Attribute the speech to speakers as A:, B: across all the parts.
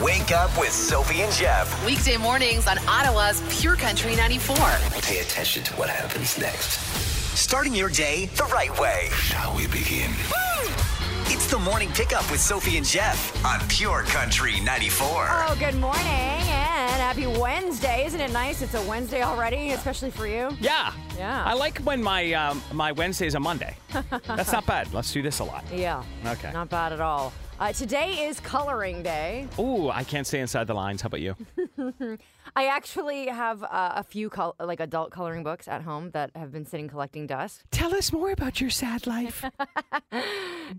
A: Wake up with Sophie and Jeff.
B: Weekday mornings on Ottawa's Pure Country 94.
C: Pay attention to what happens next.
A: Starting your day the right way.
C: Shall we begin?
A: It's the morning pickup with Sophie and Jeff on Pure Country 94.
D: Oh, good morning and happy Wednesday. Isn't it nice? It's a Wednesday already, especially for you.
E: Yeah.
D: Yeah.
E: I like when my um, my Wednesday's a Monday. That's not bad. Let's do this a lot.
D: Yeah.
E: Okay.
D: Not bad at all. Uh, today is coloring day.
E: Ooh, I can't stay inside the lines. How about you?
D: I actually have uh, a few col- like adult coloring books at home that have been sitting collecting dust,
E: Tell us more about your sad life.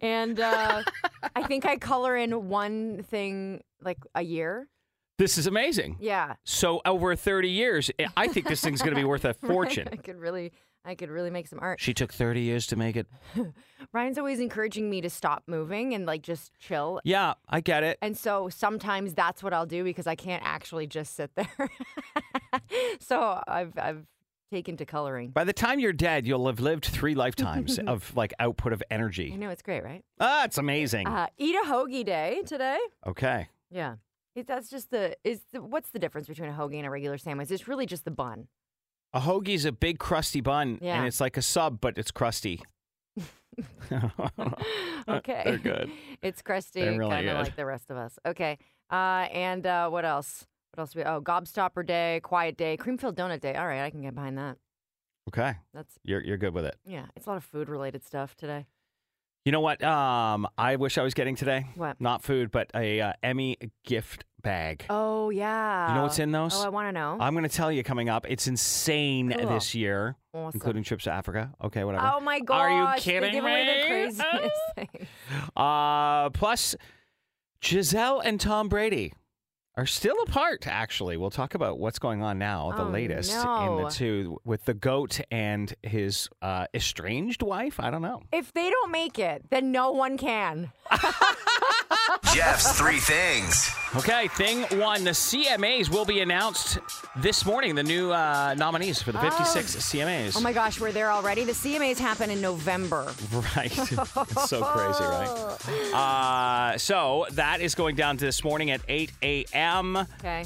D: and uh, I think I color in one thing like a year.
E: this is amazing.
D: Yeah.
E: So over 30 years, I- I think this thing's going to be worth a fortune.
D: I could really, I could really make some art.
E: She took 30 years to make it.
D: Ryan's always encouraging me to stop moving and like just chill
E: Yeah, I get it.
D: And so sometimes that's what I'll do because I can't actually just sit there. so I've I've taken to coloring.
E: By the time you're dead, you'll have lived three lifetimes of like output of
D: I
E: energy.
D: know it's great, right?
E: Ah, it's amazing.
D: Uh, eat a hoagie day today.
E: okay.
D: Yeah, it, that's just the is the, what's the difference between a hoagie and a regular sandwich? It's really just the bun.
E: A hoagie's a big crusty bun,
D: Yeah.
E: and it's like a sub, but it's crusty.
D: Okay,
E: Uh, They're good.
D: it's crusty,
E: They're really
D: kind of
E: good.
D: like the rest of us. Okay, uh, and uh, what else? What else? We oh, gobstopper day, quiet day, cream-filled donut day. All right, I can get behind that.
E: Okay.
D: That's
E: You're, you're good with it.
D: yeah, it's a lot of food-related stuff today.
E: You know what? Um, I wish I was getting today.
D: What?
E: Not food, but a uh, Emmy gift bag.
D: Oh yeah.
E: You know what's in those?
D: Oh, I want to know.
E: I'm going to tell you coming up. It's insane
D: Cool.
E: this year,
D: Awesome.
E: including trips to Africa. Okay, whatever.
D: Oh my gosh!
E: Are you
D: They
E: kidding
D: give away the
E: me? Oh.
D: craziest things.
E: Uh, plus, Giselle and Tom Brady are still apart. Actually, we'll talk about what's going on now. The
D: Oh,
E: latest in
D: no.
E: the two with the goat and his uh, estranged wife. I don't know.
D: If they don't make it, then no one can.
A: Jeff's three things.
E: Okay, thing one. The CMAs will be announced this morning. The new uh, nominees for the 56 CMAs.
D: Oh my gosh, we're there already. The CMAs happen in November.
E: Right. it's so crazy, right? Uh, so that is going down this morning at 8 a.m.
D: Okay.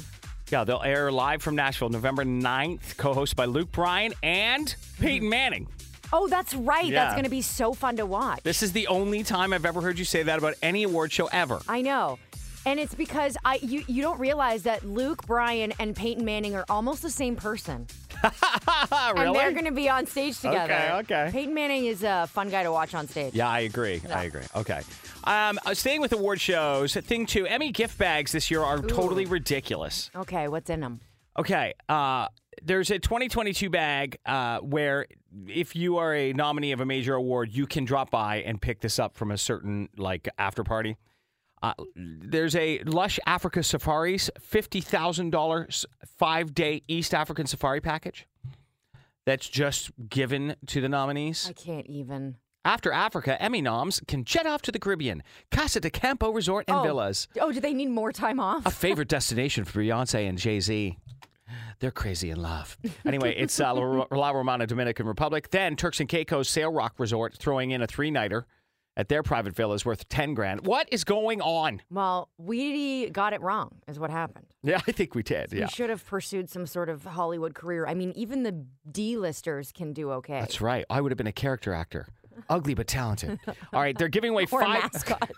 E: Yeah, they'll air live from Nashville November 9th, co hosted by Luke Bryan and Peyton Manning.
D: Oh, that's right. That's
E: Yeah.
D: going to be so fun to watch.
E: This is the only time I've ever heard you say that about any award show ever.
D: I know. And it's because I you, you don't realize that Luke Bryan and Peyton Manning are almost the same person. And they're
E: Oh, really?
D: going to be on stage together.
E: okay.
D: Peyton Manning is a fun guy to watch on stage.
E: Yeah, I agree. I agree. Okay. Um, uh, staying with award shows, thing two Emmy gift bags this year are totally ridiculous.
D: Okay, what's in them?
E: Okay. Uh, there's a 2022 bag uh, where if you are a nominee of a major award, you can drop by and pick this up from a certain like after party. Uh, there's a Lush Africa Safaris $50,000 five day East African safari package that's just given to the nominees.
D: I can't even.
E: After Africa, Emmy noms can jet off to the Caribbean, Casa de Campo Resort and Villas,
D: Oh, do they need more time off?
E: a favorite destination for Beyonce and Jay Z. They're crazy in love. Anyway, it's uh, La La Romana, Dominican Republic. Then Turks and Caicos Sail Rock Resort throwing in a three nighter at their private villa is worth 10 grand. What is going on?
D: Well, we got it wrong, is what happened.
E: Yeah, I think we did. Yeah.
D: We should have pursued some sort of Hollywood career. I mean, even the D-listers can do okay.
E: That's right. I would have been a character actor. Ugly but talented. All right, they're giving away
D: or a
E: five.
D: mascot.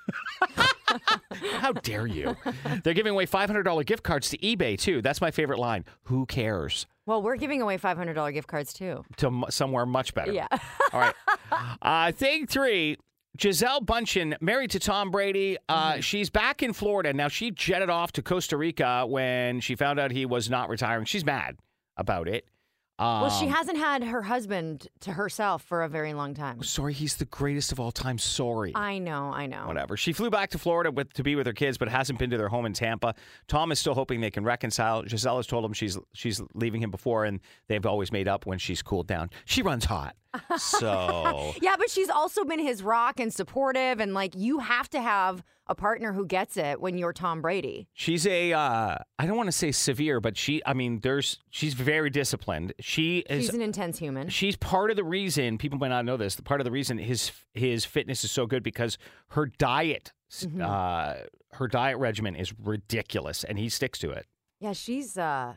E: How dare you? They're giving away $500 gift cards to eBay, too. That's my favorite line. Who cares?
D: well, we're giving away $500 gift cards too.
E: to m- somewhere much better.
D: Yeah.
E: All right. Uh, thing three. Giselle Bundchen, married to Tom Brady, uh,
D: Mm-hmm.
E: she's back in Florida now. She jetted off to Costa Rica when she found out he was not retiring. She's mad about it. Um,
D: well, she hasn't had her husband to herself for a very long time.
E: sorry, he's the greatest of all time. Sorry.
D: I know, I know.
E: whatever. She flew back to Florida with, to be with her kids, but hasn't been to their home in Tampa. Tom is still hoping they can reconcile. Giselle has told him she's she's leaving him before, and they've always made up when she's cooled down. She runs hot, so
D: Yeah, but she's also been his rock and supportive and like you have to have a partner who gets it when you're Tom Brady.
E: she's a. Uh, I don't want to say severe, but she. I mean, there's she's very disciplined. She is.
D: She's an intense human.
E: She's part of the reason people might not know this. Part of the reason his his fitness is so good because her diet S-
D: Mm-hmm.
E: Uh, her diet regimen is ridiculous, and he sticks to it.
D: Yeah, she's uh,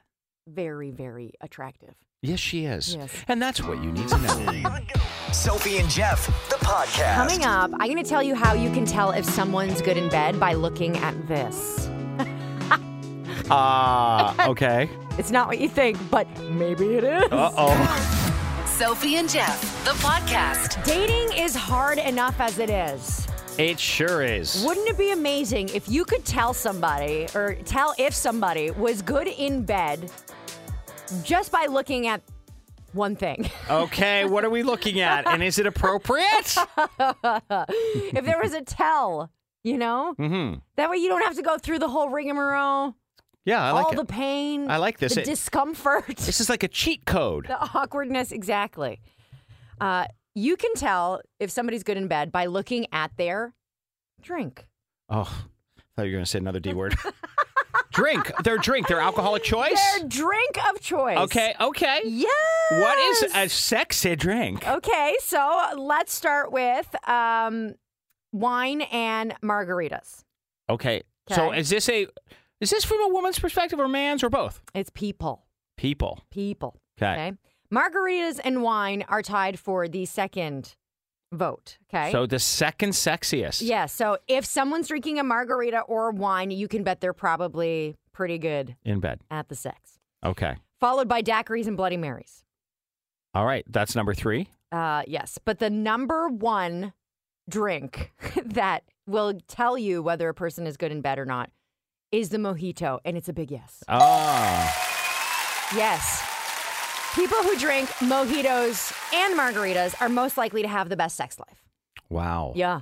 D: very, very attractive.
E: Yes, she is.
D: Yes.
E: And that's what you need to know.
A: Sophie and Jeff, the podcast.
D: Coming up, I'm going to tell you how you can tell if someone's good in bed by looking at this.
E: Ah, okay.
D: It's not what you think, but maybe it is.
E: Uh oh.
B: Sophie and Jeff, the podcast.
D: Dating is hard enough as it is.
E: It sure is.
D: Wouldn't it be amazing if you could tell somebody or tell if somebody was good in bed just by looking at one thing?
E: Okay, what are we looking at? And is it appropriate?
D: if there was a tell, you know?
E: Mhm.
D: That way you don't have to go through the whole rigmarole,
E: Yeah, I like
D: all
E: it.
D: the pain,
E: I like this.
D: the
E: It-
D: discomfort.
E: this is like a cheat code.
D: The awkwardness, exactly. Uh, you can tell if somebody's good in bed by looking at their drink.
E: Oh, I thought you were going to say another D word. drink. Their drink, their alcoholic choice.
D: Their drink of choice.
E: okay, okay.
D: Yes.
E: What is a sexy drink?
D: Okay, so let's start with um, wine and margaritas.
E: Okay. So
D: Okay.
E: is this a is this from a woman's perspective or man's or both?
D: It's people.
E: People.
D: People.
E: Okay.
D: Okay. Margaritas and wine are tied for the second vote. Okay.
E: So the second sexiest.
D: yeah, so if someone's drinking a margarita or wine, you can bet they're probably pretty good
E: In bed.
D: at the sex.
E: Okay.
D: followed by daiquiris and Bloody Marys.
E: All right. That's number three.
D: Uh, yes, but the number one drink that will tell you whether a person is good in bed or not is the mojito, and it's a big yes.
E: Oh.
D: Yes. People who drink mojitos and margaritas are most likely to have the best sex life.
E: Wow.
D: Yeah.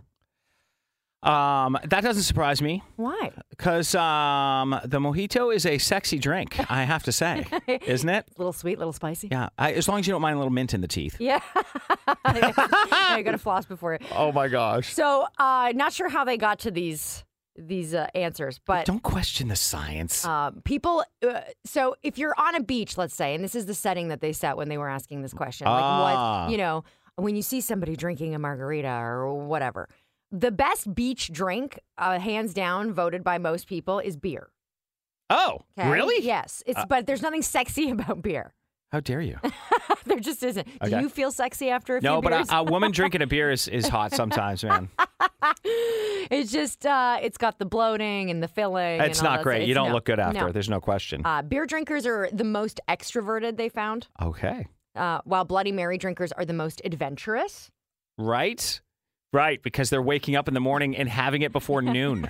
E: Um, that doesn't surprise me.
D: Why?
E: Because um, the mojito is a sexy drink, I have to say, isn't it?
D: Little sweet, little spicy.
E: Yeah, I, as long as you don't mind a little mint in the teeth.
D: Yeah. yeah you got to floss before it.
E: Oh my gosh!
D: So, uh, not sure how they got to these these uh, answers, but
E: Don't question the science.
D: Uh, people, uh, so if you're on a beach, let's say, and this is the setting that they set when they were asking this question,
E: Ah.
D: like what, you know, when you see somebody drinking a margarita or whatever, the best beach drink, uh, hands down, voted by most people, is beer.
E: oh,
D: 'kay?
E: really? Uh,
D: Yes. It's but there's nothing sexy about beer.
E: How dare you?
D: there just isn't. Do
E: Okay.
D: you feel sexy after a
E: No,
D: few
E: but
D: beers?
E: a, a woman drinking a beer is, is hot sometimes, man.
D: it's just uh, it's got the bloating and the filling. and
E: It's
D: all
E: not
D: that-
E: great. You
D: it's-
E: don't
D: no,
E: look good after.
D: no.
E: There's no question.
D: Uh, beer drinkers are the most extroverted they found.
E: okay,
D: uh, while Bloody Mary drinkers are the most adventurous.
E: right, right, because they're waking up in the morning and having it before noon.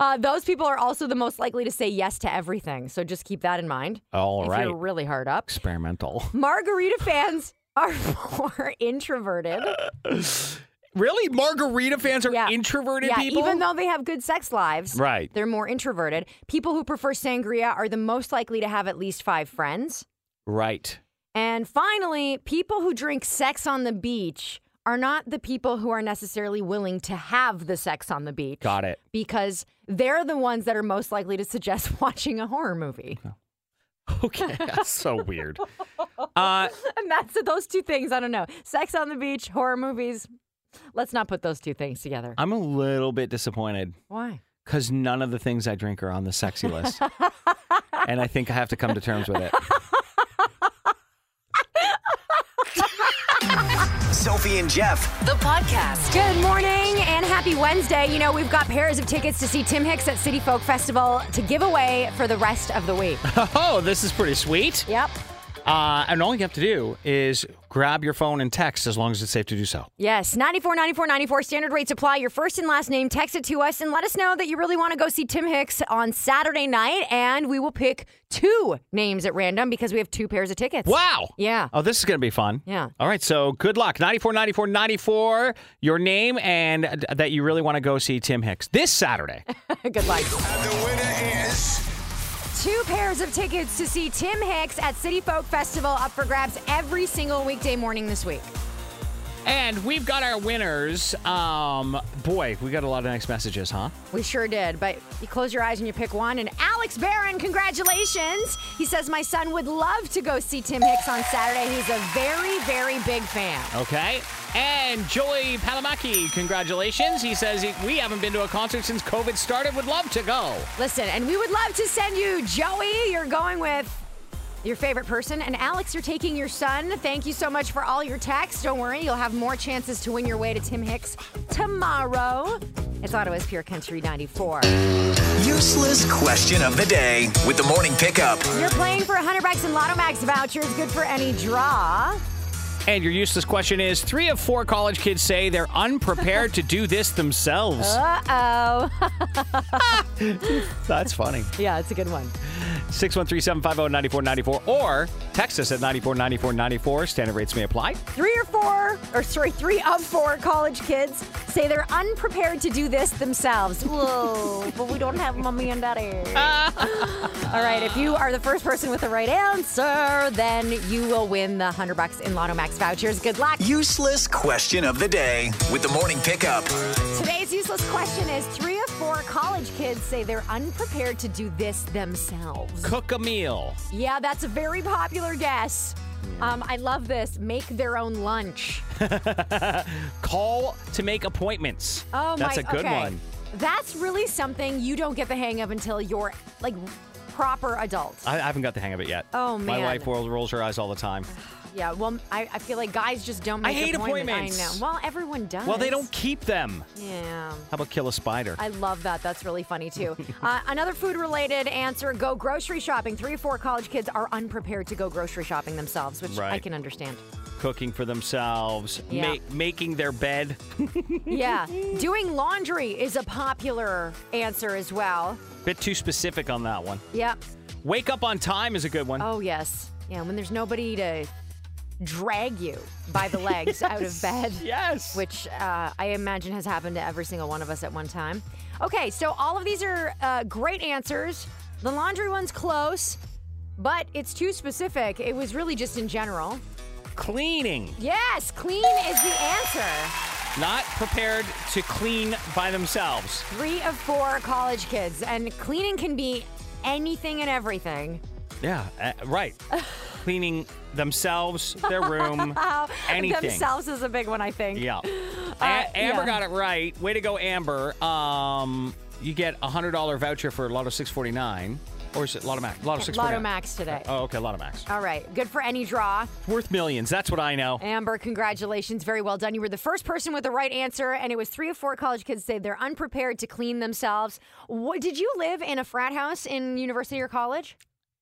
D: Uh, those people are also the most likely to say yes to everything. So just keep that in mind.
E: All
D: if
E: right,
D: you're really hard up.
E: experimental.
D: Margarita fans are more introverted.
E: Really, margarita fans are
D: Yeah.
E: introverted
D: yeah,
E: people.
D: even though they have good sex lives,
E: Right.
D: They're more introverted. People who prefer sangria are the most likely to have at least five friends.
E: right.
D: And finally, people who drink sex on the beach are not the people who are necessarily willing to have the sex on the beach.
E: Got it.
D: because they're the ones that are most likely to suggest watching a horror movie.
E: Okay, that's so weird. Uh,
D: And that's those two things. I don't know. Sex on the beach, horror movies. Let's not put those two things together.
E: I'm a little bit disappointed
D: Why?
E: because none of the things I drink are on the sexy list, and I think I have to come to terms with it.
A: Sophie and Jeff.
B: The podcast.
D: Good morning and happy Wednesday. You know, we've got pairs of tickets to see Tim Hicks at City Folk Festival to give away for the rest of the week.
E: Oh, this is pretty sweet.
D: yep.
E: Uh, and all you have to do is grab your phone and text as long as it's safe to do so.
D: Yes, 94, 94, 94. Standard rates apply. Your first and last name. Text it to us and let us know that you really want to go see Tim Hicks on Saturday night. And we will pick two names at random because we have two pairs of tickets.
E: Wow.
D: Yeah.
E: Oh, this is going to be fun.
D: Yeah.
E: All right. So good luck. 94, 94, 94, your name, and uh, that you really want to go see Tim Hicks this Saturday.
D: Good luck. Two pairs of tickets to see Tim Hicks at City Folk Festival up for grabs every single weekday morning this week.
E: And we've got our winners. Um, boy, we got a lot of nice messages, huh?
D: We sure did, but you close your eyes and you pick one. And Alex Barron, congratulations! He says, My son would love to go see Tim Hicks on Saturday. He's a very, very big fan.
E: Okay. And Joey Palamaki, congratulations. He says, We haven't been to a concert since COVID started. Would love to go.
D: Listen, and we would love to send you Joey. You're going with your favorite person. And Alex, you're taking your son. Thank you so much for all your texts. Don't worry, you'll have more chances to win your way to Tim Hicks tomorrow. It's Ottawa's Pure Country 94.
A: Useless question of the day with the morning pickup.
D: You're playing for 100 bucks in Lotto Max vouchers, good for any draw.
E: And your useless question is three of four college kids say they're unprepared to do this themselves.
D: Uh oh.
E: That's funny.
D: yeah, it's a good one.
E: 613 750 9494 or text us at 949494. Standard rates may apply.
D: Three or four, or sorry, three of four college kids say they're unprepared to do this themselves. Whoa, but we don't have mommy and daddy. All right, if you are the first person with the right answer, then you will win the 100 bucks in Lotto Max vouchers. Good luck.
A: Useless question of the day with the morning pickup.
D: Today's useless question is three of four college kids say they're unprepared to do this themselves.
E: Cook a meal.
D: Yeah, that's a very popular guess. Um, I love this. Make their own lunch.
E: Call to make appointments.
D: Oh
E: That's
D: my!
E: a good
D: okay.
E: one.
D: That's really something you don't get the hang of until you're like proper adult.
E: I I haven't got the hang of it yet.
D: Oh,
E: My
D: man.
E: wife rolls, rolls her eyes all the time.
D: Yeah. Well, I, I feel like guys just don't.
E: I
D: Make
E: hate appointments.
D: I know. Well, everyone does.
E: Well, they don't keep them.
D: Yeah.
E: How about kill a spider?
D: I love that. That's really funny too. uh, another food-related answer: Go grocery shopping. Three or four college kids are unprepared to go grocery shopping themselves, which I
E: Right.
D: can understand.
E: Cooking for themselves,
D: Yeah.
E: ma- making their bed.
D: yeah. Doing laundry is a popular answer as well.
E: Bit too specific on that one.
D: Yep.
E: Wake up on time is a good one.
D: Oh, yes. Yeah, when there's nobody to drag you by the legs out of bed.
E: Yes.
D: Which uh, I imagine has happened to every single one of us at one time. Okay, so all of these are uh, great answers. The laundry one's close, but it's too specific. It was really just in general.
E: Cleaning.
D: Yes, clean is the answer.
E: Not prepared to clean by themselves.
D: Three of four college kids, and cleaning can be anything and everything.
E: Yeah, uh, right. Cleaning themselves, their room, anything.
D: Themselves is a big one, I think.
E: Yeah. A-
D: Uh,
E: Amber
D: yeah.
E: got it right. Way to go, Amber. Um, you get a hundred dollar voucher for Lotto six forty nine, or is it Lotto Max? Lotto six forty
D: Lotto
E: nine.
D: Max today.
E: Oh, okay, Lotto Max.
D: All right, good for any draw.
E: Worth millions. That's what I know.
D: Amber, congratulations. Very well done. You were the first person with the right answer, and it was three or four college kids say they're unprepared to clean themselves. What, did you live in a frat house in university or college?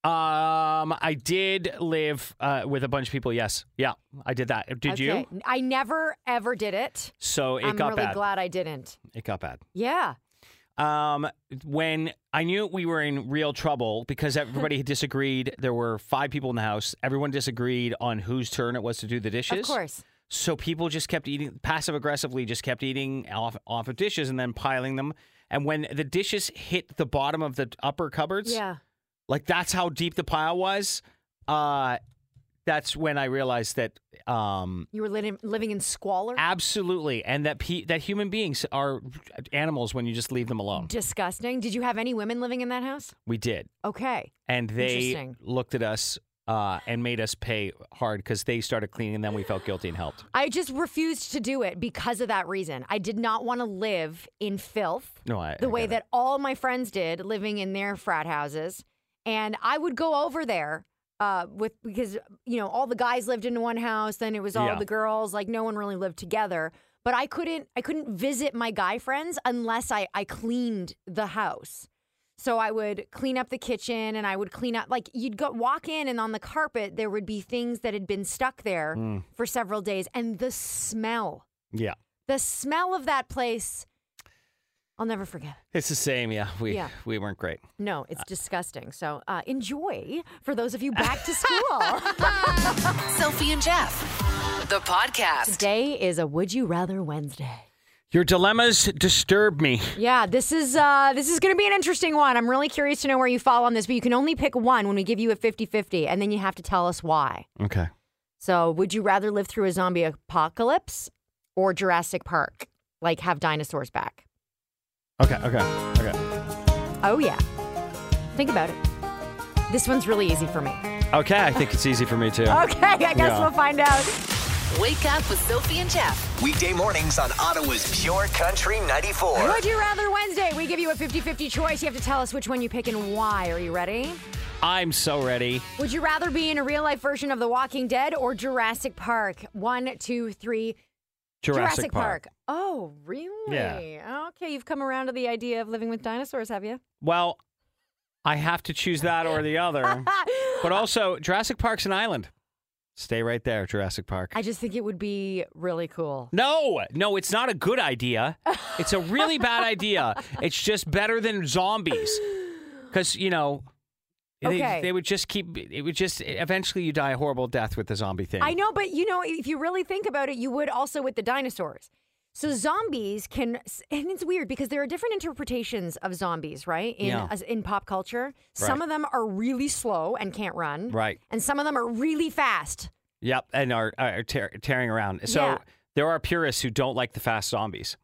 E: Um, I did live uh, with a bunch of people. Yes, yeah, I did that. Did you?
D: I never, ever did it.
E: So it
D: I'm
E: got
D: really
E: bad.
D: glad I didn't.
E: it got bad.
D: Yeah.
E: um, when I knew we were in real trouble because everybody had disagreed. There were five people in the house. Everyone disagreed on whose turn it was to do the dishes.
D: Of course.
E: So people just kept eating, passive aggressively, just kept eating off, off of dishes and then piling them. And when the dishes hit the bottom of the upper cupboards,
D: Yeah.
E: like that's how deep the pile was. Uh, that's when I realized that um,
D: You were living, living in squalor?
E: absolutely, and that pe- that human beings are animals when you just leave them alone.
D: Disgusting. Did you have any women living in that house?
E: We did.
D: Okay.
E: and they
D: Interesting.
E: looked at us uh, and made us pay hard because they started cleaning. And then we felt guilty and helped.
D: I just refused to do it because of that reason. I did not want to live in filth.
E: No, I-
D: the
E: I
D: way
E: get it.
D: that all my friends did, living in their frat houses, and I would go over there uh, with because you know all the guys lived in one house, then it was all
E: Yeah.
D: the girls. Like no one really lived together. But I couldn't I couldn't visit my guy friends unless I I cleaned the house. So I would clean up the kitchen and I would clean up like you'd go walk in and on the carpet there would be things that had been stuck there for several days and the smell.
E: Yeah,
D: The smell of that place I'll never forget. it.
E: it's the same. Yeah, we
D: Yeah.
E: we weren't great.
D: No, it's disgusting. So uh, enjoy for those of you back to school.
B: Sophie and Jeff, the podcast.
D: Today is a Would You Rather Wednesday.
E: Your dilemmas disturb me.
D: Yeah, this is uh, this is going to be an interesting one. I'm really curious to know where you fall on this, but you can only pick one when we give you a 50-50, and then you have to tell us why.
E: Okay.
D: So, would you rather live through a zombie apocalypse or Jurassic Park? Like, have dinosaurs back?
E: Okay, okay, okay.
D: Oh, yeah. Think about it. This one's really easy for me.
E: Okay, I think it's easy for me too.
D: Okay, I guess
E: Yeah.
D: we'll find out.
B: Wake up with Sophie and Jeff.
A: Weekday mornings on Ottawa's Pure Country 94.
D: Would you rather Wednesday? We give you a 50 50 choice. You have to tell us which one you pick and why. Are you ready?
E: I'm so ready.
D: Would you rather be in a real life version of The Walking Dead or Jurassic Park? One, two, three.
E: Jurassic, Park.
D: Oh, really?
E: Yeah.
D: Okay, you've come around to the idea of living with dinosaurs, have you?
E: Well, I have to choose that or the other. but also, Jurassic Park's an island. Stay right there, Jurassic Park.
D: I just think it would be really cool.
E: No, no, it's not a good idea. It's a really bad idea. It's just better than zombies. Because, you know,
D: Okay.
E: they, they would just keep, it would just, eventually you die a horrible death with the zombie thing.
D: I know, but you know, if you really think about it, you would also with the dinosaurs. So zombies can, and it's weird because there are different interpretations of zombies, right? In
E: Yeah.
D: as- in pop culture, some
E: Right.
D: of them are really slow and can't run,
E: Right.
D: And some of them are really fast.
E: Yep. And are, are tear, tearing around. So
D: Yeah.
E: there are purists who don't like the fast zombies.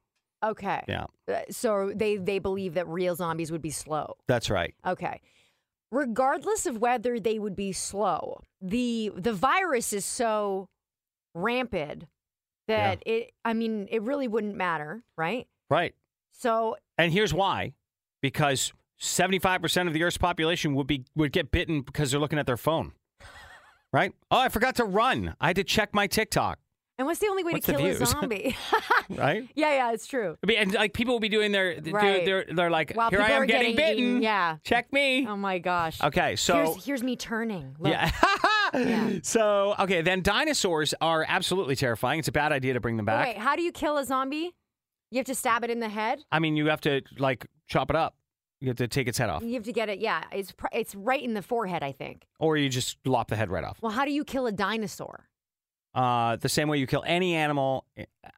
D: Okay,
E: Yeah.
D: Uh, so they they believe that real zombies would be slow.
E: That's right.
D: Okay. Regardless of whether they would be slow, the the virus is so rampant that it I mean, it really wouldn't matter, right?
E: Right.
D: So
E: And here's why because 75% of the Earth's population would be would get bitten because they're looking at their phone. Right? Oh, I forgot to run. I had to check my TikTok,
D: and what's the only way
E: What's
D: to
E: the
D: kill a
E: views?
D: zombie?
E: right?
D: yeah, yeah, it's true.
E: I mean, And like people will be doing their they're-
D: Right.
E: they're, they're like
D: While
E: here I
D: people
E: am
D: are
E: getting,
D: getting
E: bitten.
D: eaten, yeah.
E: Check me.
D: Oh my gosh.
E: okay, so
D: here's here's me turning. Look.
E: yeah. So, okay, then dinosaurs are absolutely terrifying. It's a bad idea to bring them
D: Oh,
E: back.
D: wait, how do you kill a zombie? You have to stab it in the head.
E: I mean, you have to like chop it up. You have to take its head off.
D: You have to get it. Yeah, it's pr- it's right in the forehead, I think.
E: Or you just lop the head right off.
D: Well, how do you kill a dinosaur?
E: Uh, the same way you kill any animal,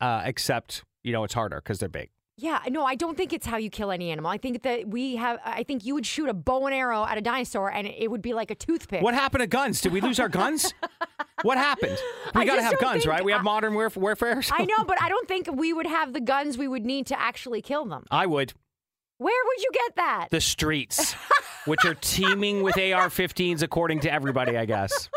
E: uh, except, you know, it's harder because they're big.
D: Yeah, no, I don't think it's how you kill any animal. I think that we have. I think you would shoot a bow and arrow at a dinosaur, and it would be like a toothpick.
E: What happened to guns? Did we lose our guns? what happened? We
D: I
E: got to
D: just
E: have
D: don't
E: guns,
D: think-
E: right? We have
D: I-
E: modern warf- warfare. so-
D: I know, but I don't think we would have the guns we would need to actually kill them.
E: I would.
D: Where would you get that?
E: the streets, which are teeming with AR-15s, according to everybody, I guess.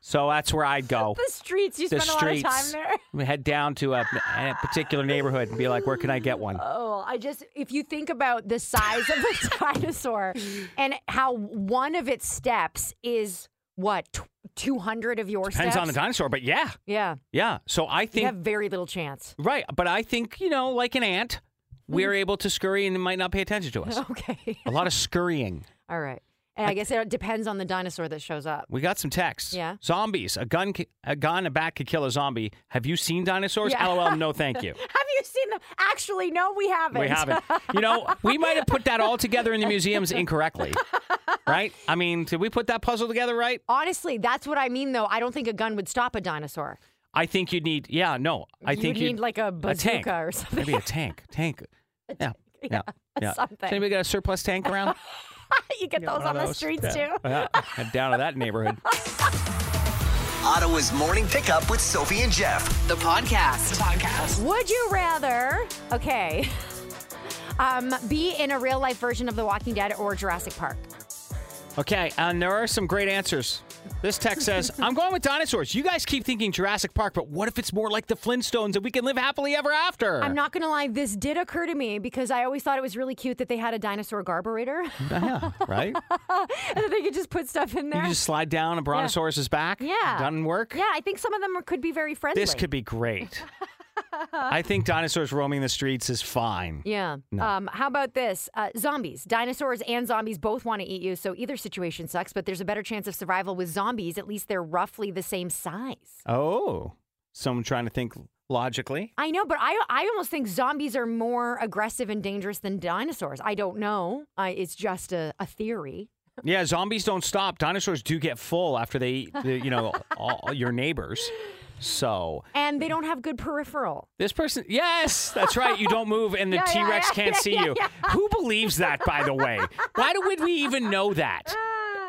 E: So that's where I'd go.
D: the streets. You
E: The
D: spend
E: streets.
D: a lot of time there.
E: We head down to a, a particular neighborhood and be like, "Where can I get one?"
D: Oh, I just, if you think about the size of the dinosaur and how one of its steps is what, tw- 200 of your
E: Depends
D: steps?
E: on the dinosaur, but yeah,
D: Yeah.
E: yeah. So I
D: You
E: think
D: have very little chance.
E: right, but I think you know, like an ant,
D: Hmm.
E: we're able to scurry and might not pay attention to us.
D: Okay.
E: A lot of scurrying.
D: All right. And I, guess it depends on the dinosaur that shows up.
E: We got some texts.
D: Yeah.
E: Zombies. A gun. c- A gun. A bat could kill a zombie. Have you seen dinosaurs?
D: Yeah.
E: LOL. No, thank you.
D: Have you seen them? Actually, no, we haven't.
E: We haven't. You know, we might have put that all together in the museums incorrectly. Right? I mean, did we put that puzzle together right?
D: Honestly, that's what I mean, though. I don't think a gun would stop a dinosaur.
E: I think you'd need, yeah, no. I
D: You
E: think
D: would
E: you'd
D: need, like, a
E: tank.
D: bazooka or something.
E: Maybe a tank. Tank. yeah. Yeah. yeah.
D: something.
E: Does anybody got a surplus tank around?
D: you get those
E: One
D: on
E: of
D: the
E: those?
D: streets,
E: Yeah.
D: too.
E: Yeah. Head down to that neighborhood.
A: Ottawa's morning pickup with Sophie and Jeff.
B: The podcast. podcast.
D: Would you rather, okay, um, be in a real life version of The Walking Dead or Jurassic Park?
E: Okay. And there are some great answers. This text says, I'm going with dinosaurs. You guys keep thinking Jurassic Park, but what if it's more like the Flintstones and we can live happily ever after?
D: I'm not gonna lie, this did occur to me because I always thought it was really cute that they had a dinosaur carburetor
E: Yeah, right?
D: and that they could just put stuff in
E: You
D: there.
E: just slide down a brontosaurus's back.
D: Yeah.
E: Doesn't work.
D: yeah, I think some of them are, could be very friendly.
E: This could be great. I think dinosaurs roaming the streets is fine.
D: Yeah. Um, how about this? Uh, zombies. Dinosaurs and zombies both want to eat you, so either situation sucks, but there's a better chance of survival with zombies. At least they're roughly the same size.
E: Oh. Someone trying to think logically.
D: I know, but I I almost think zombies are more aggressive and dangerous than dinosaurs. I don't know. I, it's just a, a theory.
E: Yeah, zombies don't stop. Dinosaurs do get full after they eat, the, you know, all your neighbors. So
D: And
E: Hmm.
D: they don't have good peripheral.
E: this person, yes, that's right. You don't move, and the
D: Yeah,
E: T
D: yeah,
E: Rex
D: yeah,
E: can't
D: yeah,
E: see
D: yeah,
E: you.
D: yeah.
E: Who believes that? By the way, why do- would we even know that?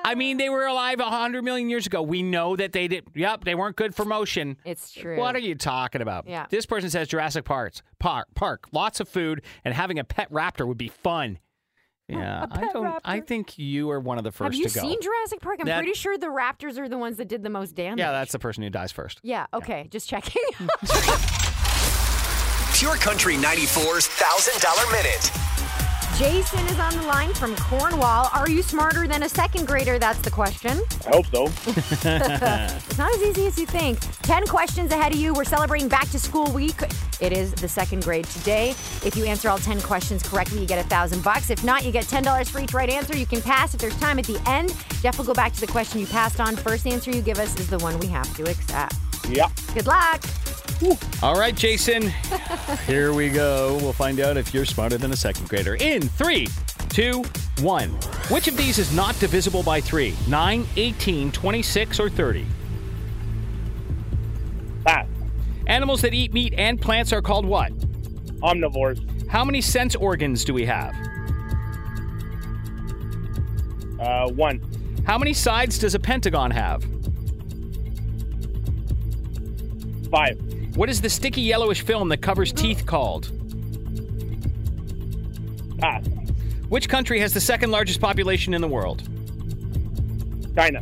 E: I mean, they were alive 100 million years ago. We know that they did. Yep, they weren't good for motion.
D: It's true.
E: What are you talking about?
D: Yeah.
E: This person says Jurassic Park, park, park, lots of food, and having a pet raptor would be fun. Yeah, I don't. I think you are one of the first
D: Have you
E: to go.
D: seen Jurassic Park? I'm
E: That-
D: pretty sure the raptors are the ones that did the most damage.
E: yeah, that's the person who dies first.
D: Yeah, okay. Just checking.
A: Pure Country 94's $1,000 minute.
D: Jason is on the line from Cornwall. Are you smarter than a second grader? That's the question.
F: I hope so.
D: It's not as easy as you think. 10 questions ahead of you. We're celebrating back to school week. It is the second grade today. If you answer all 10 questions correctly, you get a thousand bucks. If not, you get $10 for each right answer. You can pass if there's time at the end. Jeff will go back to the question you passed on. First answer you give us is the one we have to accept.
F: Yeah.
D: Good luck.
E: All right, Jason. Here we go. We'll find out if you're smarter than a second grader. In three, two, one. Which of these is not divisible by three? 9, 18, 26, or 30?
F: Pass.
E: Animals that eat meat and plants are called what?
F: Omnivores.
E: How many sense organs do we have?
F: Uh, one.
E: How many sides does a pentagon have?
F: Five.
E: What is the sticky yellowish film that covers teeth called?
F: Pass.
E: Which country has the second largest population in the world?
F: China.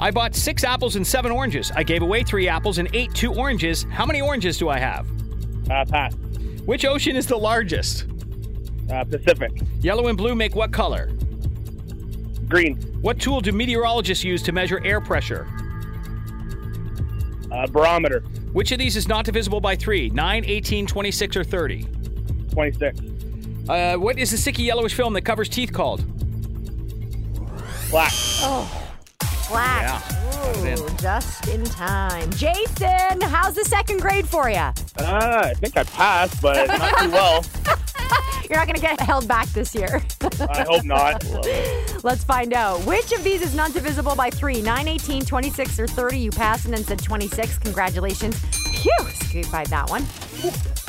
E: I bought six apples and seven oranges. I gave away three apples and ate two oranges. How many oranges do I have?
F: Uh, pass.
E: Which ocean is the largest?
F: Uh, Pacific.
E: Yellow and blue make what color?
F: Green.
E: What tool do meteorologists use to measure air pressure?
F: Uh, barometer.
E: Which of these is not divisible by 3, 9, 18, 26, or 30?
F: 26.
E: Uh, what is the sticky yellowish film that covers teeth called?
F: Black.
D: Black.
E: Yeah.
D: Ooh, just in time. Jason, how's the second grade for you?
F: Uh, I think I passed, but not too well.
D: You're not going to get held back this year.
F: I hope not.
D: Let's find out. Which of these is not divisible by 3? 9, 18, 26, or 30? You passed and then said 26. Congratulations. Phew, scoopified that one.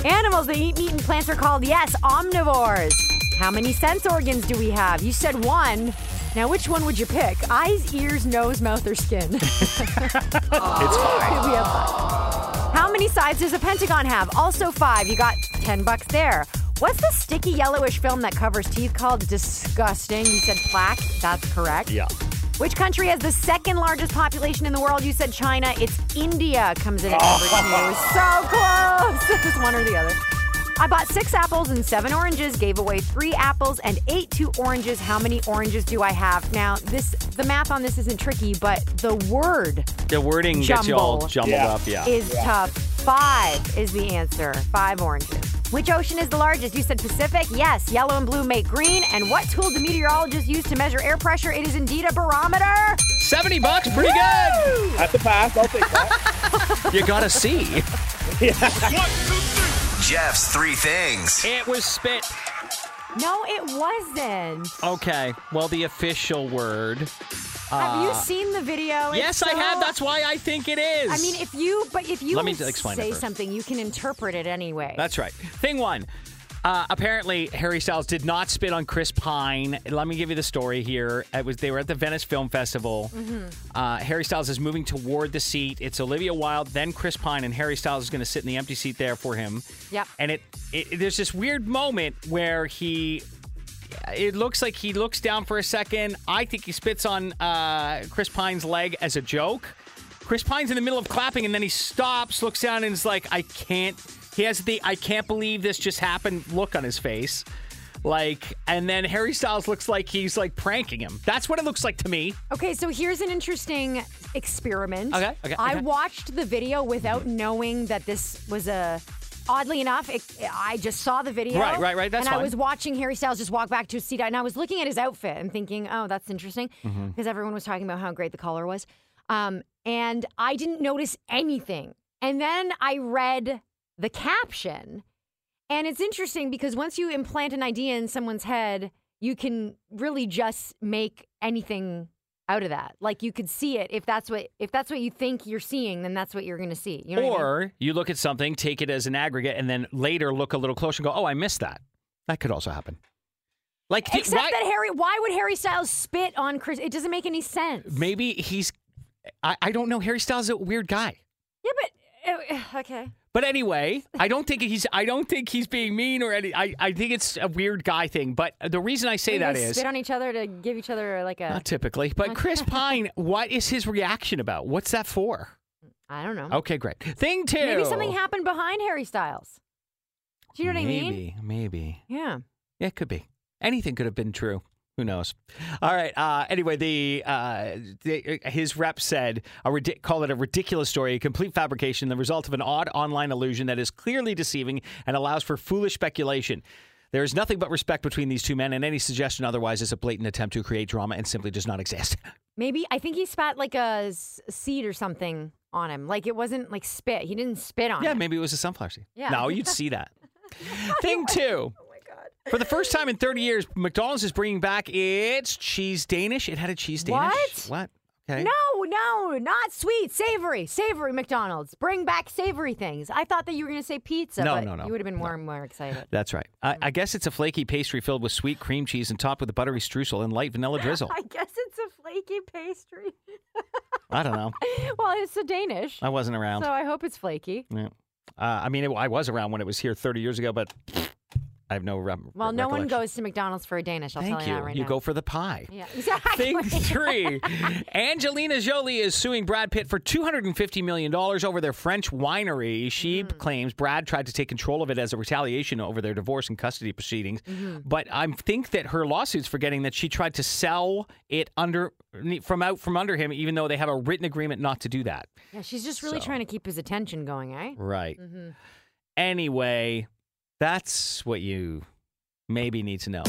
D: Animals that eat meat and plants are called, yes, omnivores. How many sense organs do we have? You said one. Now, which one would you pick? Eyes, ears, nose, mouth, or skin? it's five. We have five. How many sides does a pentagon have? Also five. You got 10 bucks there. What's the sticky yellowish film that covers teeth called? Disgusting. You said plaque. That's correct.
E: Yeah.
D: Which country has the second largest population in the world? You said China. It's India comes in at number two. So close. It's one or the other. I bought six apples and seven oranges, gave away three apples and ate two oranges. How many oranges do I have? Now, this the math on this isn't tricky, but the word
E: The wording gets you all jumbled
F: Yeah.
E: up, yeah.
D: is tough. Five is the answer. Five oranges. Which ocean is the largest? You said Pacific. Yes. Yellow and blue make green. And what tool do meteorologists use to measure air pressure? It is indeed a barometer.
E: 70 bucks, pretty
F: That's a pass. I'll take that.
E: good. You got to see.
A: Jeff's three things.
E: It was spit.
D: No, it wasn't.
E: Okay. Well, the official word.
D: have you seen the video? It's
E: Uh, yes, I
D: so-
E: have. That's why I think it is.
D: I mean, if you, but if you
E: Let me explain it
D: say
E: first.
D: something, you can interpret it anyway.
E: That's right. Thing one. Uh, apparently, Harry Styles did not spit on Chris Pine. Let me give you the story here. It was they were at the Venice Film Festival. Uh, Harry Styles is moving toward the seat. It's Olivia Wilde, then Chris Pine, and Harry Styles is going to sit in the empty seat there for him.
D: Yep.
E: And it, it there's this weird moment where he it looks like he looks down for a second. I think he spits on uh, Chris Pine's leg as a joke. Chris Pine's in the middle of clapping and then he stops, looks down, and is like, I can't. He has the I can't believe this just happened look on his face. Like, and then Harry Styles looks like he's like pranking him. That's what it looks like to me.
D: Okay, so here's an interesting experiment.
E: Okay, okay,
D: I
E: okay.
D: watched the video without knowing that this was a. Oddly enough, it, I just saw the video.
E: Right, right, right, that's
D: and I
E: fine.
D: was watching Harry Styles just walk back to his seat, and I was looking at his outfit and thinking, "Oh, that's interesting,"
E: Mm-hmm.
D: because everyone was talking about how great the collar was, um, and I didn't notice anything. And then I read the caption, and it's interesting because once you implant an idea in someone's head, you can really just make anything out of that. Like you could see it if that's what if that's what you think you're seeing, then that's what you're going to see. You know what I mean?
E: Or you look at something, take it as an aggregate, and then later look a little closer and go, oh, I missed that. That could also happen. Like, do-
D: Except
E: why-
D: that Harry, why would Harry Styles spit on Chris? It doesn't make any sense.
E: maybe he's. I, I don't know. Harry Styles is a weird guy.
D: Yeah, but uh, okay.
E: But anyway, I don't think he's. I don't think he's being mean or any. I, I think it's a weird guy thing. But the reason I say
D: You
E: that
D: guys
E: is
D: spit on each other to give each other like a
E: not typically. But Chris Pine, what is his reaction about? What's that for?
D: I don't know.
E: Okay, great. Thing two.
D: Uh-huh. Maybe something happened behind Harry Styles. Do you know what I mean?
E: Maybe, maybe.
D: Yeah.
E: Yeah, it could be. Anything could have been true. Who knows? All right. Uh, anyway, the, uh, the his rep said a ridic- call it a ridiculous story, a complete fabrication, the result of an odd online illusion that is clearly deceiving and allows for foolish speculation. There is nothing but respect between these two men, and any suggestion otherwise is a blatant attempt to create drama and simply does not exist.
D: Maybe I think he spat like a s- seed or something on him. Like it wasn't like spit. He didn't spit on
E: Yeah,
D: him.
E: maybe it was a sunflower seed.
D: Yeah. Oh
E: No, you'd see that. Thing two. For the first time in 30 years, McDonald's is bringing back its cheese Danish. It had a cheese
D: What?
E: Danish. What? Okay.
D: No, no, not sweet, savory, savory McDonald's. Bring back savory things. I thought that you were going to say pizza,
E: No,
D: but
E: no, no,
D: you would have been more and more excited.
E: That's right. I, I guess it's a flaky pastry filled with sweet cream cheese and topped with a buttery streusel and light vanilla drizzle.
D: I guess it's a flaky pastry.
E: I don't know.
D: well, it's a Danish,
E: I wasn't around.
D: so I hope it's flaky.
E: Yeah. Uh, I mean, it, I was around when it was here 30 years ago, but I have no rem-
D: Well, no one
E: recollection.
D: goes to McDonald's for a Danish. I'll
E: Thank
D: tell
E: you.
D: you that right
E: you
D: now.
E: go for the pie.
D: yeah, exactly.
E: Thing three Angelina Jolie is suing Brad Pitt for $250 million over their French winery. She claims Brad tried to take control of it as a retaliation over their divorce and custody proceedings. But I think that her lawsuit's forgetting that she tried to sell it under from out from under him, even though they have a written agreement not to do that.
D: Yeah, she's just really
E: So.
D: trying to keep his attention going, eh?
E: Right. Anyway, that's what you maybe need to know.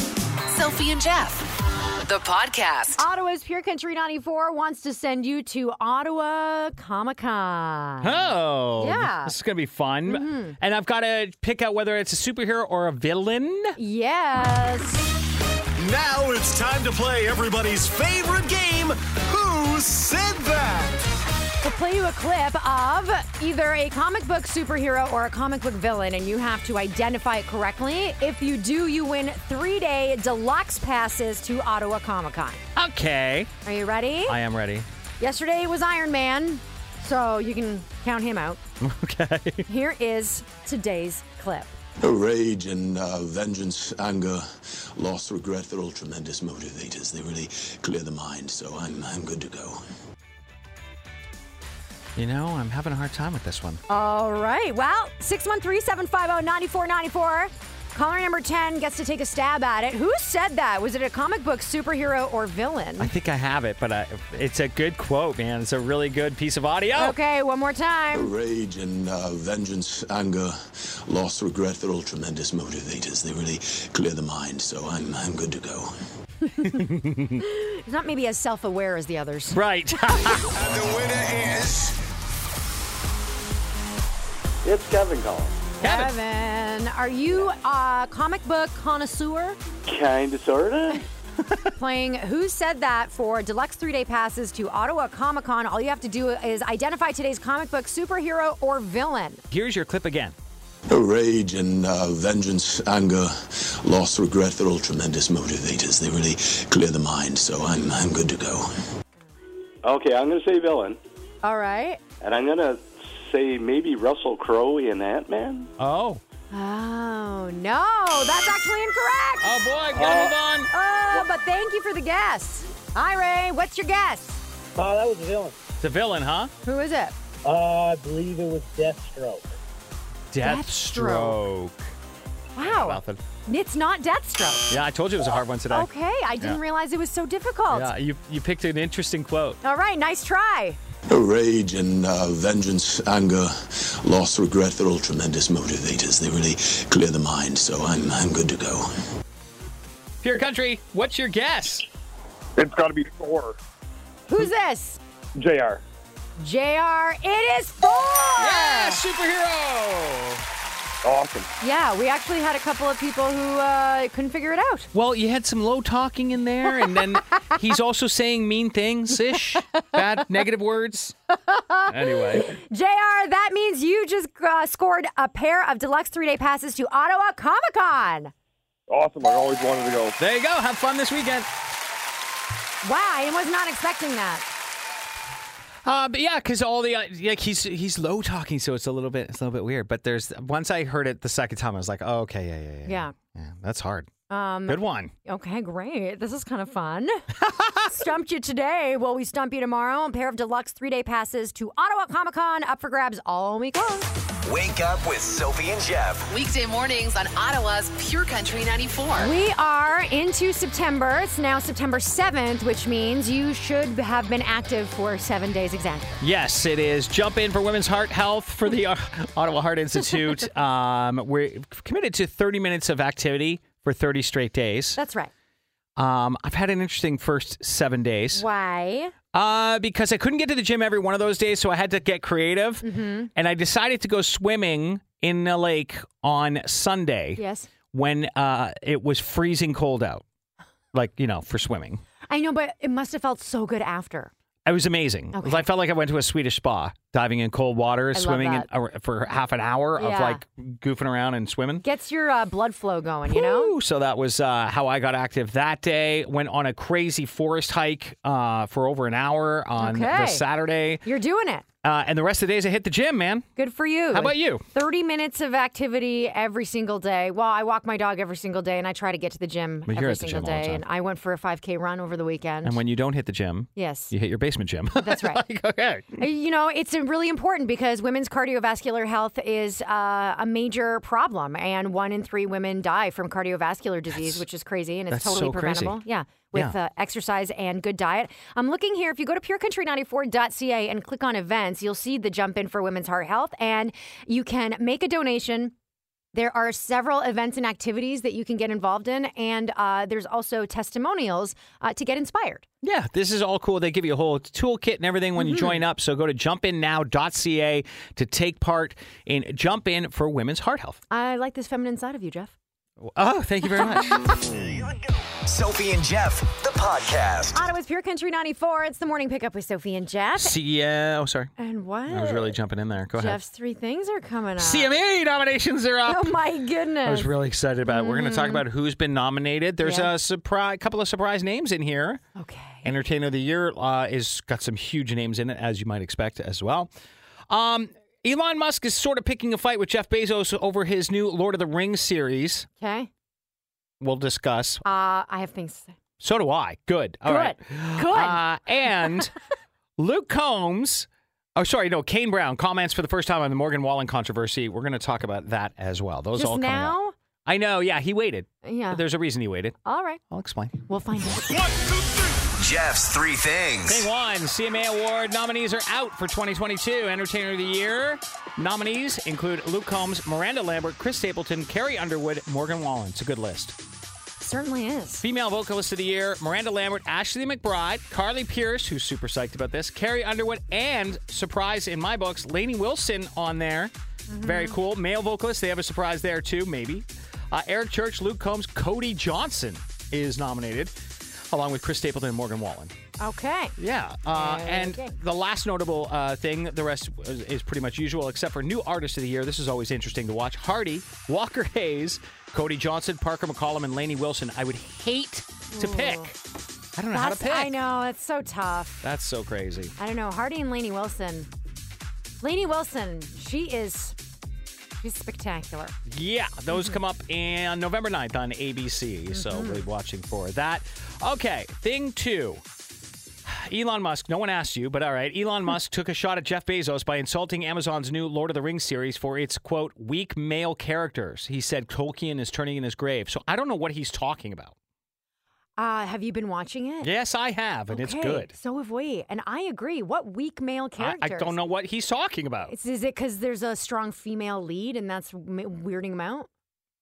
B: Sophie and Jeff, the podcast.
D: Ottawa's Pure Country 94 wants to send you to Ottawa Comic Con.
E: Oh,
D: Yeah. Mm-hmm.
E: This is going to be fun. And I've got to pick out whether it's a superhero or a villain.
D: Yes.
A: Now it's time to play everybody's favorite game Who Said That?
D: We'll play you a clip of either a comic book superhero or a comic book villain, and you have to identify it correctly. If you do, you win three day deluxe passes to Ottawa Comic Con.
E: Okay.
D: Are you ready?
E: I am ready.
D: Yesterday was Iron Man, so you can count him out. Okay. Here is today's clip.
G: Uh, Rage and uh, vengeance, anger, loss, regret, they're all tremendous motivators. They really clear the mind, so I'm, I'm good to go.
E: You know, I'm having a hard time with this one.
D: All right. Well, 613 750 9494. Caller number 10 gets to take a stab at it. Who said that? Was it a comic book superhero or
E: I
D: villain?
E: think I have it, but I, it's a good quote, man. It's a really good piece of audio.
D: Okay, one more time.
G: Rage and uh, vengeance, anger, loss, regret, they're all tremendous motivators. They really clear the mind, so I'm, I'm good to go.
D: He's not maybe as self aware as the others.
E: Right.
C: And the winner is.
F: It's Kevin calling.
E: Kevin.
D: Kevin, are you a comic book connoisseur
F: Kinda, sorta.
D: playing Who Said That for deluxe three day passes to Ottawa Comic Con? All you have to do is identify today's comic book superhero or villain.
E: Here's your clip again.
G: Uh, Rage and uh, vengeance, anger, loss, regret, they're all tremendous motivators. They really clear the mind, so I'm, I'm good to go.
H: Okay, I'm going to say villain,
D: All right.
H: and I'm going to say maybe Russell Crowe in Ant Man.
E: Oh.
D: Oh, no, that's actually incorrect.
E: Oh, boy. Gotta move on.
D: Oh, but thank you for the guess. Hi, Ray. What's your guess?
F: Oh, that was a villain.
E: It's a villain, huh?
D: Who is it?
F: Uh, I believe it was Deathstroke.
D: Deathstroke. Wow.
E: Oh. Nothing.
D: It's not Deathstroke.
E: Yeah, I told you it was a hard one today.
D: Okay, I didn't
E: uh, Yeah.
D: realize it was so difficult.
E: Yeah, you, you picked an interesting quote.
D: All right, nice try.
G: Uh, Rage and uh, vengeance, anger, loss, regret, they're all tremendous motivators. They really clear the mind, so I'm, I'm good to go.
E: Pure Country, what's your guess?
F: It's got to be Thor.
D: Who's this?
F: Jr.
D: JR, it is four.
E: Yeah, superhero.
F: Awesome.
D: Yeah, we actually had a couple of people who uh, couldn't figure it out.
E: Well, you had some low talking in there, and then he's also saying mean things ish, bad negative words. Anyway,
D: JR, that means you just uh, scored a pair of deluxe three day passes to Ottawa Comic Con.
F: Awesome. I always wanted to go.
E: There you go. Have fun this weekend.
D: Wow, I was not expecting that.
E: Uh, but yeah, because all the uh, like he's he's low talking, so it's a little bit it's a little bit weird. But there's once I heard it the second time, I was like, oh, okay, yeah, yeah, yeah,
D: Yeah.
E: yeah. That's hard. Um, Good one.
D: Okay, great. This is kind of fun. Stumped you today. Will we stump you tomorrow? A pair of deluxe three day passes to Ottawa Comic Con up for grabs all week long.
A: Wake up with Sophie and Jeff.
B: Weekday mornings on Ottawa's Pure Country 94.
D: We are into September. It's now September 7th, which means you should have been active for seven days exactly.
E: Yes, it is. Jump in for women's heart health for the uh, Ottawa Heart Institute. Um, we're committed to 30 minutes of activity for 30 straight days.
D: That's right.
E: Um, I've had an interesting first seven days.
D: Why?
E: Uh, because I couldn't get to the gym every one of those days, so I had to get creative.
D: Mm-hmm.
E: And I decided to go swimming in the lake on Sunday
D: Yes.
E: when uh, it was freezing cold out, like, you know, for swimming.
D: I know, but it must have felt so good after.
E: It was amazing.
D: Okay.
E: I felt like I went to a Swedish spa, diving in cold water,
D: love
E: swimming in,
D: that.
E: or- for half an hour
D: Yeah.
E: of like goofing around and swimming.
D: Gets your uh, blood flow going, you know?
E: Woo! So that was uh, how I got active that day. Went on a crazy forest hike uh, for over an hour on
D: Okay.
E: the Saturday.
D: You're doing it.
E: Uh, and the rest of the days I hit the gym, man.
D: Good for you.
E: How about you?
D: 30 minutes of activity every single day. Well, I walk my dog every single day and I try to get to the gym
E: Well, you're
D: every
E: at the
D: single
E: gym all the
D: day.
E: time.
D: And I went for a 5K run over the weekend.
E: And when you don't hit the gym,
D: yes.
E: you hit your basement gym.
D: That's right.
E: like, okay.
D: Uh, You know, it's uh, really important because women's cardiovascular health is uh, a major problem, and one in three women die from cardiovascular disease, which is crazy, and it's
E: that's
D: totally
E: so crazy.
D: preventable. Yeah, with
E: Yeah.
D: Uh, exercise and good diet. I'm looking here. If you go to purecountry94.ca and click on events, you'll see the Jump In for Women's Heart Health, and you can make a donation. There are several events and activities that you can get involved in, and uh, there's also testimonials uh, to get inspired.
E: Yeah, this is all cool. They give you a whole toolkit and everything when you
D: Mm-hmm.
E: join up. So go to jumpinnow.ca to take part in Jump In for Women's Heart Health.
D: I like this feminine side of you, Jeff.
E: Oh, thank you very much.
A: Sophie and Jeff, the podcast.
D: Ottawa's Pure Country 94. It's the morning pickup with Sophie and Jeff.
E: See, uh, oh, sorry.
D: And what?
E: I was really jumping in there. Go ahead.
D: Jeff's three things are coming up.
E: CME nominations are up.
D: Oh my
E: I
D: goodness.
E: was really excited about it. We're going to talk about who's been nominated. There's
D: Mm-hmm. Yeah.
E: a surprise, couple of surprise names in here.
D: okay.
E: Entertainer of the Year uh, is got some huge names in it, as you might expect as well. Um, Elon Musk is sort of picking a fight with Jeff Bezos over his new Lord of the Rings series.
D: Okay.
E: We'll discuss.
D: Uh, I have things to say.
E: So do I. Good. All right.
D: Good. Good.
E: Uh, and Luke Combs. Oh, sorry. No, Kane Brown comments for the first time on the Morgan Wallen controversy. We're going to talk about that as well. Those all
D: Just
E: coming up.
D: now?
E: I know. Yeah, he waited.
D: Yeah.
E: But there's a reason he waited.
D: All right.
E: I'll explain.
D: We'll find out.
A: Jeff's three
E: Thing
A: things.
E: one, CMA Award nominees are out for 2022. Entertainer of the Year nominees include Luke Combs, Miranda Lambert, Chris Stapleton, Carrie Underwood, Morgan Wallen. It's a good list.
D: Certainly is.
E: Female Vocalist of the Year, Miranda Lambert, Ashley McBride, Carly Pierce, who's super psyched about this, Carrie Underwood, and surprise in my books, Lainey Wilson on there. Very cool. Male Vocalist, they have a surprise there too, maybe. Uh, Eric Church, Luke Combs, Cody Johnson is nominated, along with Chris Stapleton and Morgan Wallen.
D: Okay.
E: Yeah, uh, and
D: Okay.
E: the last notable uh, thing, the rest is, is pretty much usual, except for new artist of the year. This is always interesting to watch. Hardy, Walker Hayes, Cody Johnson, Parker McCollum, and Laney Wilson. I would hate to pick. I don't know how to
D: That's,
E: pick.
D: I know. It's so tough.
E: That's so crazy.
D: I don't know. Hardy and Lainey Wilson. Lainey Wilson, she is. She's spectacular.
E: Yeah, those come up on November 9th on ABC. So
D: Mm-hmm.
E: we'll be watching for that. Okay, thing two. Elon Musk, no one asked you, but all right.
D: Hmm.
E: Elon Musk took a shot at Jeff Bezos by insulting Amazon's new Lord of the Rings series for its, quote, weak male characters. He said Tolkien is turning in his grave. So I don't know what he's talking about.
D: Uh, have you been watching it?
E: Yes, I have, and it's
D: Okay,
E: good.
D: So have we. And I agree. What weak male
E: I, I
D: characters?
E: don't know what he's talking about.
D: It's, is it because there's a strong female lead and that's m- weirding him out?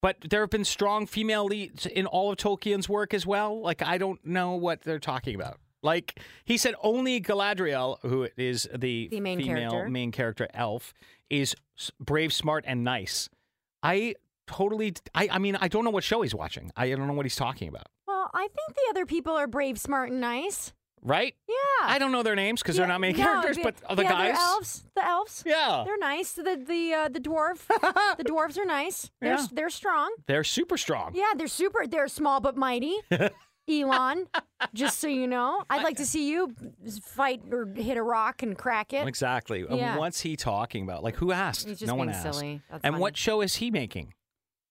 E: But there have been strong female leads in all of Tolkien's work as well. Like I don't know what they're talking about. Like he said, only Galadriel, who is the,
D: The main
E: female
D: character.
E: main character elf, is s- brave, smart, and nice. I totally. I, I mean, I don't know what show he's watching. I don't know what he's talking about.
D: Well, I think the other people are brave, smart, and nice.
E: right? Yeah. I don't know their names because they're not main
D: No,
E: characters,
D: the-
E: but oh, the
D: yeah, they're
E: guys.
D: elves, the elves.
E: Yeah.
D: they're nice. The the uh, the dwarf, the dwarves are nice. They're
E: Yeah.
D: they're strong.
E: They're super strong.
D: Yeah, they're super. They're small but mighty. Elon, just so you know, I'd like to see you fight or hit a rock and crack it.
E: Exactly. And
D: Yeah.
E: what's he talking about? Like, who asked?
D: He's just
E: no one
D: being
E: asked.
D: silly. That's
E: and
D: funny.
E: what show is he making?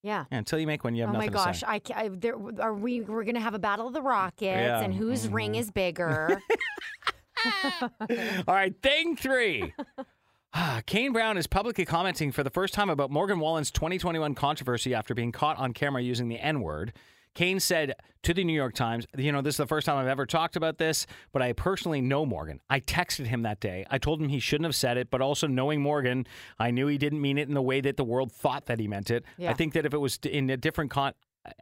D: yeah.
E: Yeah, until you make one, you have
D: Oh my
E: nothing
D: gosh!
E: to say.
D: I, ca- I there, are we we're gonna have a battle of the rockets
E: Yeah. Mm-hmm.
D: and whose ring is bigger?
E: All right, thing three. Ah, Kane Brown is publicly commenting for the first time about Morgan Wallen's 2021 controversy after being caught on camera using the N word. Kane said to the New York Times, You know, this is the first time I've ever talked about this, but I personally know Morgan. I texted him that day. I told him he shouldn't have said it, but also knowing Morgan, I knew he didn't mean it in the way that the world thought that he meant it. I
D: Yeah.
E: think that if it was in a different con,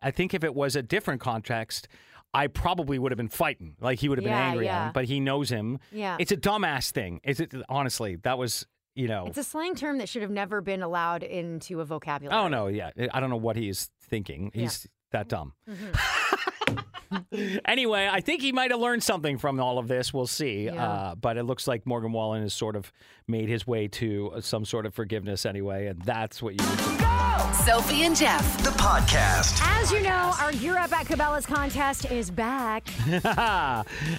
E: I think if it was a different context, I probably would have been fighting. Like he would have been
D: Yeah,
E: angry at
D: yeah.
E: him, but he knows him.
D: Yeah.
E: It's a dumbass thing. Is it honestly? That was you know.
D: it's a slang term that should have never been allowed into a vocabulary.
E: oh no, yeah. I don't know what he's thinking. He's that dumb.
D: Mm-hmm.
E: anyway, I think he might have learned something from all of this. We'll see.
D: Yeah.
E: Uh, but it looks like Morgan Wallen has sort of made his way to uh, some sort of forgiveness anyway, and that's what you.
B: Sophie and Jeff.
A: The podcast.
D: As you know, our Gear Up at Cabela's contest is back.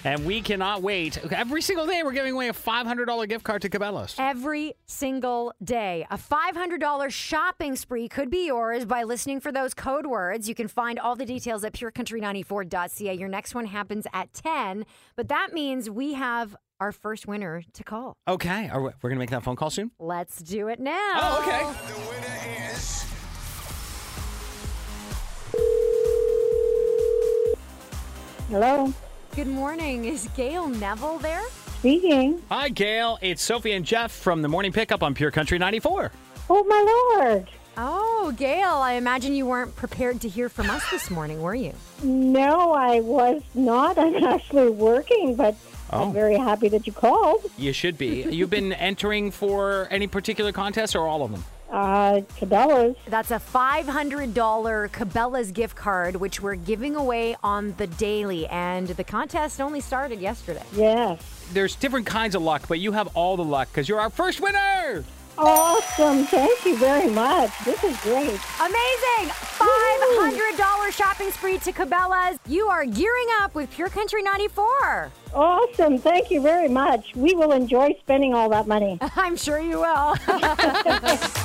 E: and we cannot wait. Every single day, we're giving away a five hundred dollar gift card to Cabela's.
D: Every single day. A $500 shopping spree could be yours by listening for those code words. You can find all the details at purecountry94.ca. Your next one happens at 10, but that means we have our first winner to call.
E: Okay, are we, we're gonna make that phone call soon.
D: Let's do it now.
E: Oh, okay.
C: The winner is.
I: Hello,
D: Good morning. Is Gail Neville there?
I: speaking.
E: Hi, Gail. It's Sophie and Jeff from the Morning Pickup on Pure Country ninety four.
I: Oh my lord!
D: Oh, Gail, I imagine you weren't prepared to hear from us this morning, were you?
I: No, I was not. I'm actually working, but
E: Oh.
I: I'm very happy that you called.
E: You should be. You've been entering for any particular contest or all of them?
I: Uh, Cabela's.
D: That's a $500 Cabela's gift card, which we're giving away on the daily. And the contest only started yesterday.
I: Yes.
E: There's different kinds of luck, but you have all the luck because you're our first winner.
I: Awesome. Thank you very much. This is great.
D: Amazing! $500 shopping spree to Cabela's. You are gearing up with Pure Country 94.
I: Awesome. Thank you very much. We will enjoy spending all that money.
D: I'm sure you will.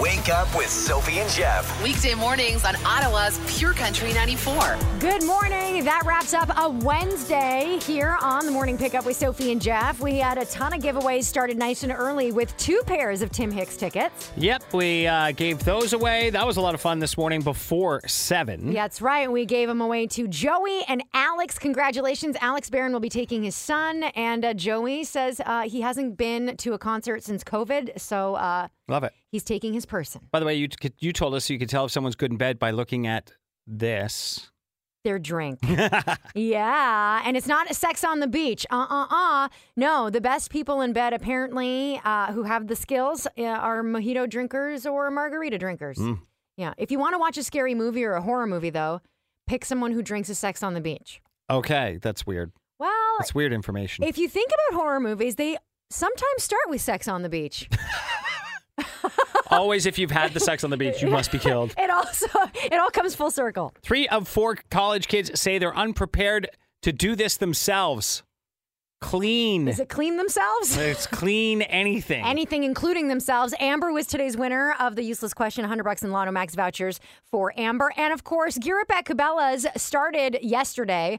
A: Wake up with Sophie and Jeff.
B: Weekday mornings on Ottawa's Pure Country 94.
D: Good morning. That wraps up a Wednesday here on the Morning Pickup with Sophie and Jeff. We had a ton of giveaways started nice and early with two pairs of Tim Hicks tickets.
E: Yep, we uh, gave those away. That was a lot of fun this morning before seven.
D: That's right. We gave them away to Joey and Alex. Congratulations. Alex Barron will be taking his son. And uh, Joey says uh, he hasn't been to a concert since COVID. So uh,
E: Love it.
D: he's taking his person.
E: By the way, you t- you told us you could tell if someone's good in bed by looking at this.
D: Their drink. yeah. And it's not a sex on the beach. Uh uh uh. No, the best people in bed, apparently, uh, who have the skills uh, are mojito drinkers or margarita drinkers. Yeah. If you want to watch a scary movie or a horror movie, though, pick someone who drinks a sex on the beach.
E: Okay, that's weird.
D: Well,
E: That's weird information.
D: If you think about horror movies, they sometimes start with sex on the beach.
E: Always, if you've had the sex on the beach, you must be killed.
D: It also it all comes full circle.
E: Three of four college kids say they're unprepared to do this themselves. Clean.
D: Is it clean themselves?
E: It's clean anything.
D: Anything, including themselves. Amber was today's winner of the useless question, 100 bucks in Lotto Max vouchers for Amber. And of course, Gear Up at Cabela's started yesterday,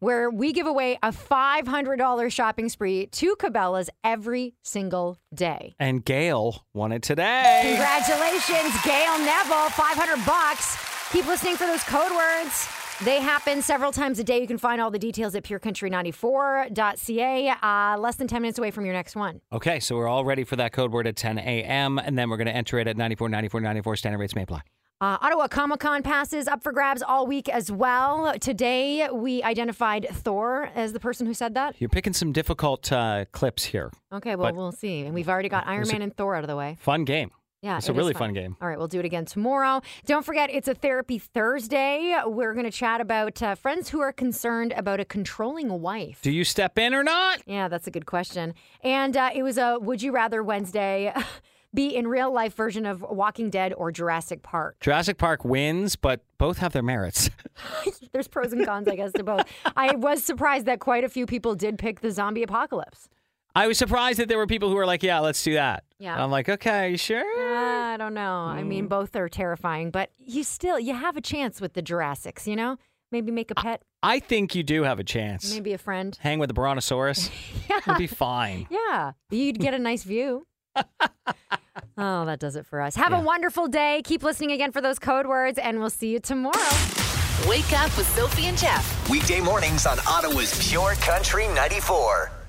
D: where we give away a $500 shopping spree to Cabela's every single day.
E: and Gail won it today.
D: Congratulations, Gail Neville, 500 bucks. Keep listening for those code words. They happen several times a day. You can find all the details at purecountry94.ca. Uh, less than 10 minutes away from your next one.
E: Okay, so we're all ready for that code word at 10 a.m. And then we're going to enter it at 94, 94, 94. Standard rates may apply.
D: Uh, Ottawa Comic Con passes up for grabs all week as well. Today, we identified Thor as the person who said that.
E: You're picking some difficult uh, clips here.
D: Okay, well,
E: But-
D: we'll see. And we've already got Iron Man and Thor out of the way.
E: Fun game.
D: Yeah,
E: It's a
D: it is
E: really fun game.
D: All right, we'll do it again tomorrow. Don't forget, it's a therapy Thursday. We're going to chat about uh, friends who are concerned about a controlling wife.
E: Do you step in or not?
D: Yeah, that's a good question. And uh, it was a Would You Rather Wednesday be in real life version of Walking Dead or Jurassic Park?
E: Jurassic Park wins, but both have their merits.
D: There's pros and cons, I guess, to both. I was surprised that quite a few people did pick the zombie apocalypse.
E: I was surprised that there were people who were like, "Yeah, let's do that."
D: Yeah.
E: I'm like, "Okay, you sure?"
D: Uh, I don't know. I
E: Mm.
D: mean, both are terrifying, but you still you have a chance with the Jurassics, you know? Maybe make a pet,
E: I think you do have a chance.
D: maybe a friend.
E: Hang with the Brontosaurus. yeah. It'll be fine.
D: Yeah, you'd get a nice view. oh, that does it for us. Have a wonderful day. Keep listening again for those code words, and we'll see you tomorrow.
B: Wake up with Sophie and Jeff.
A: Weekday mornings on Ottawa's Pure Country 94.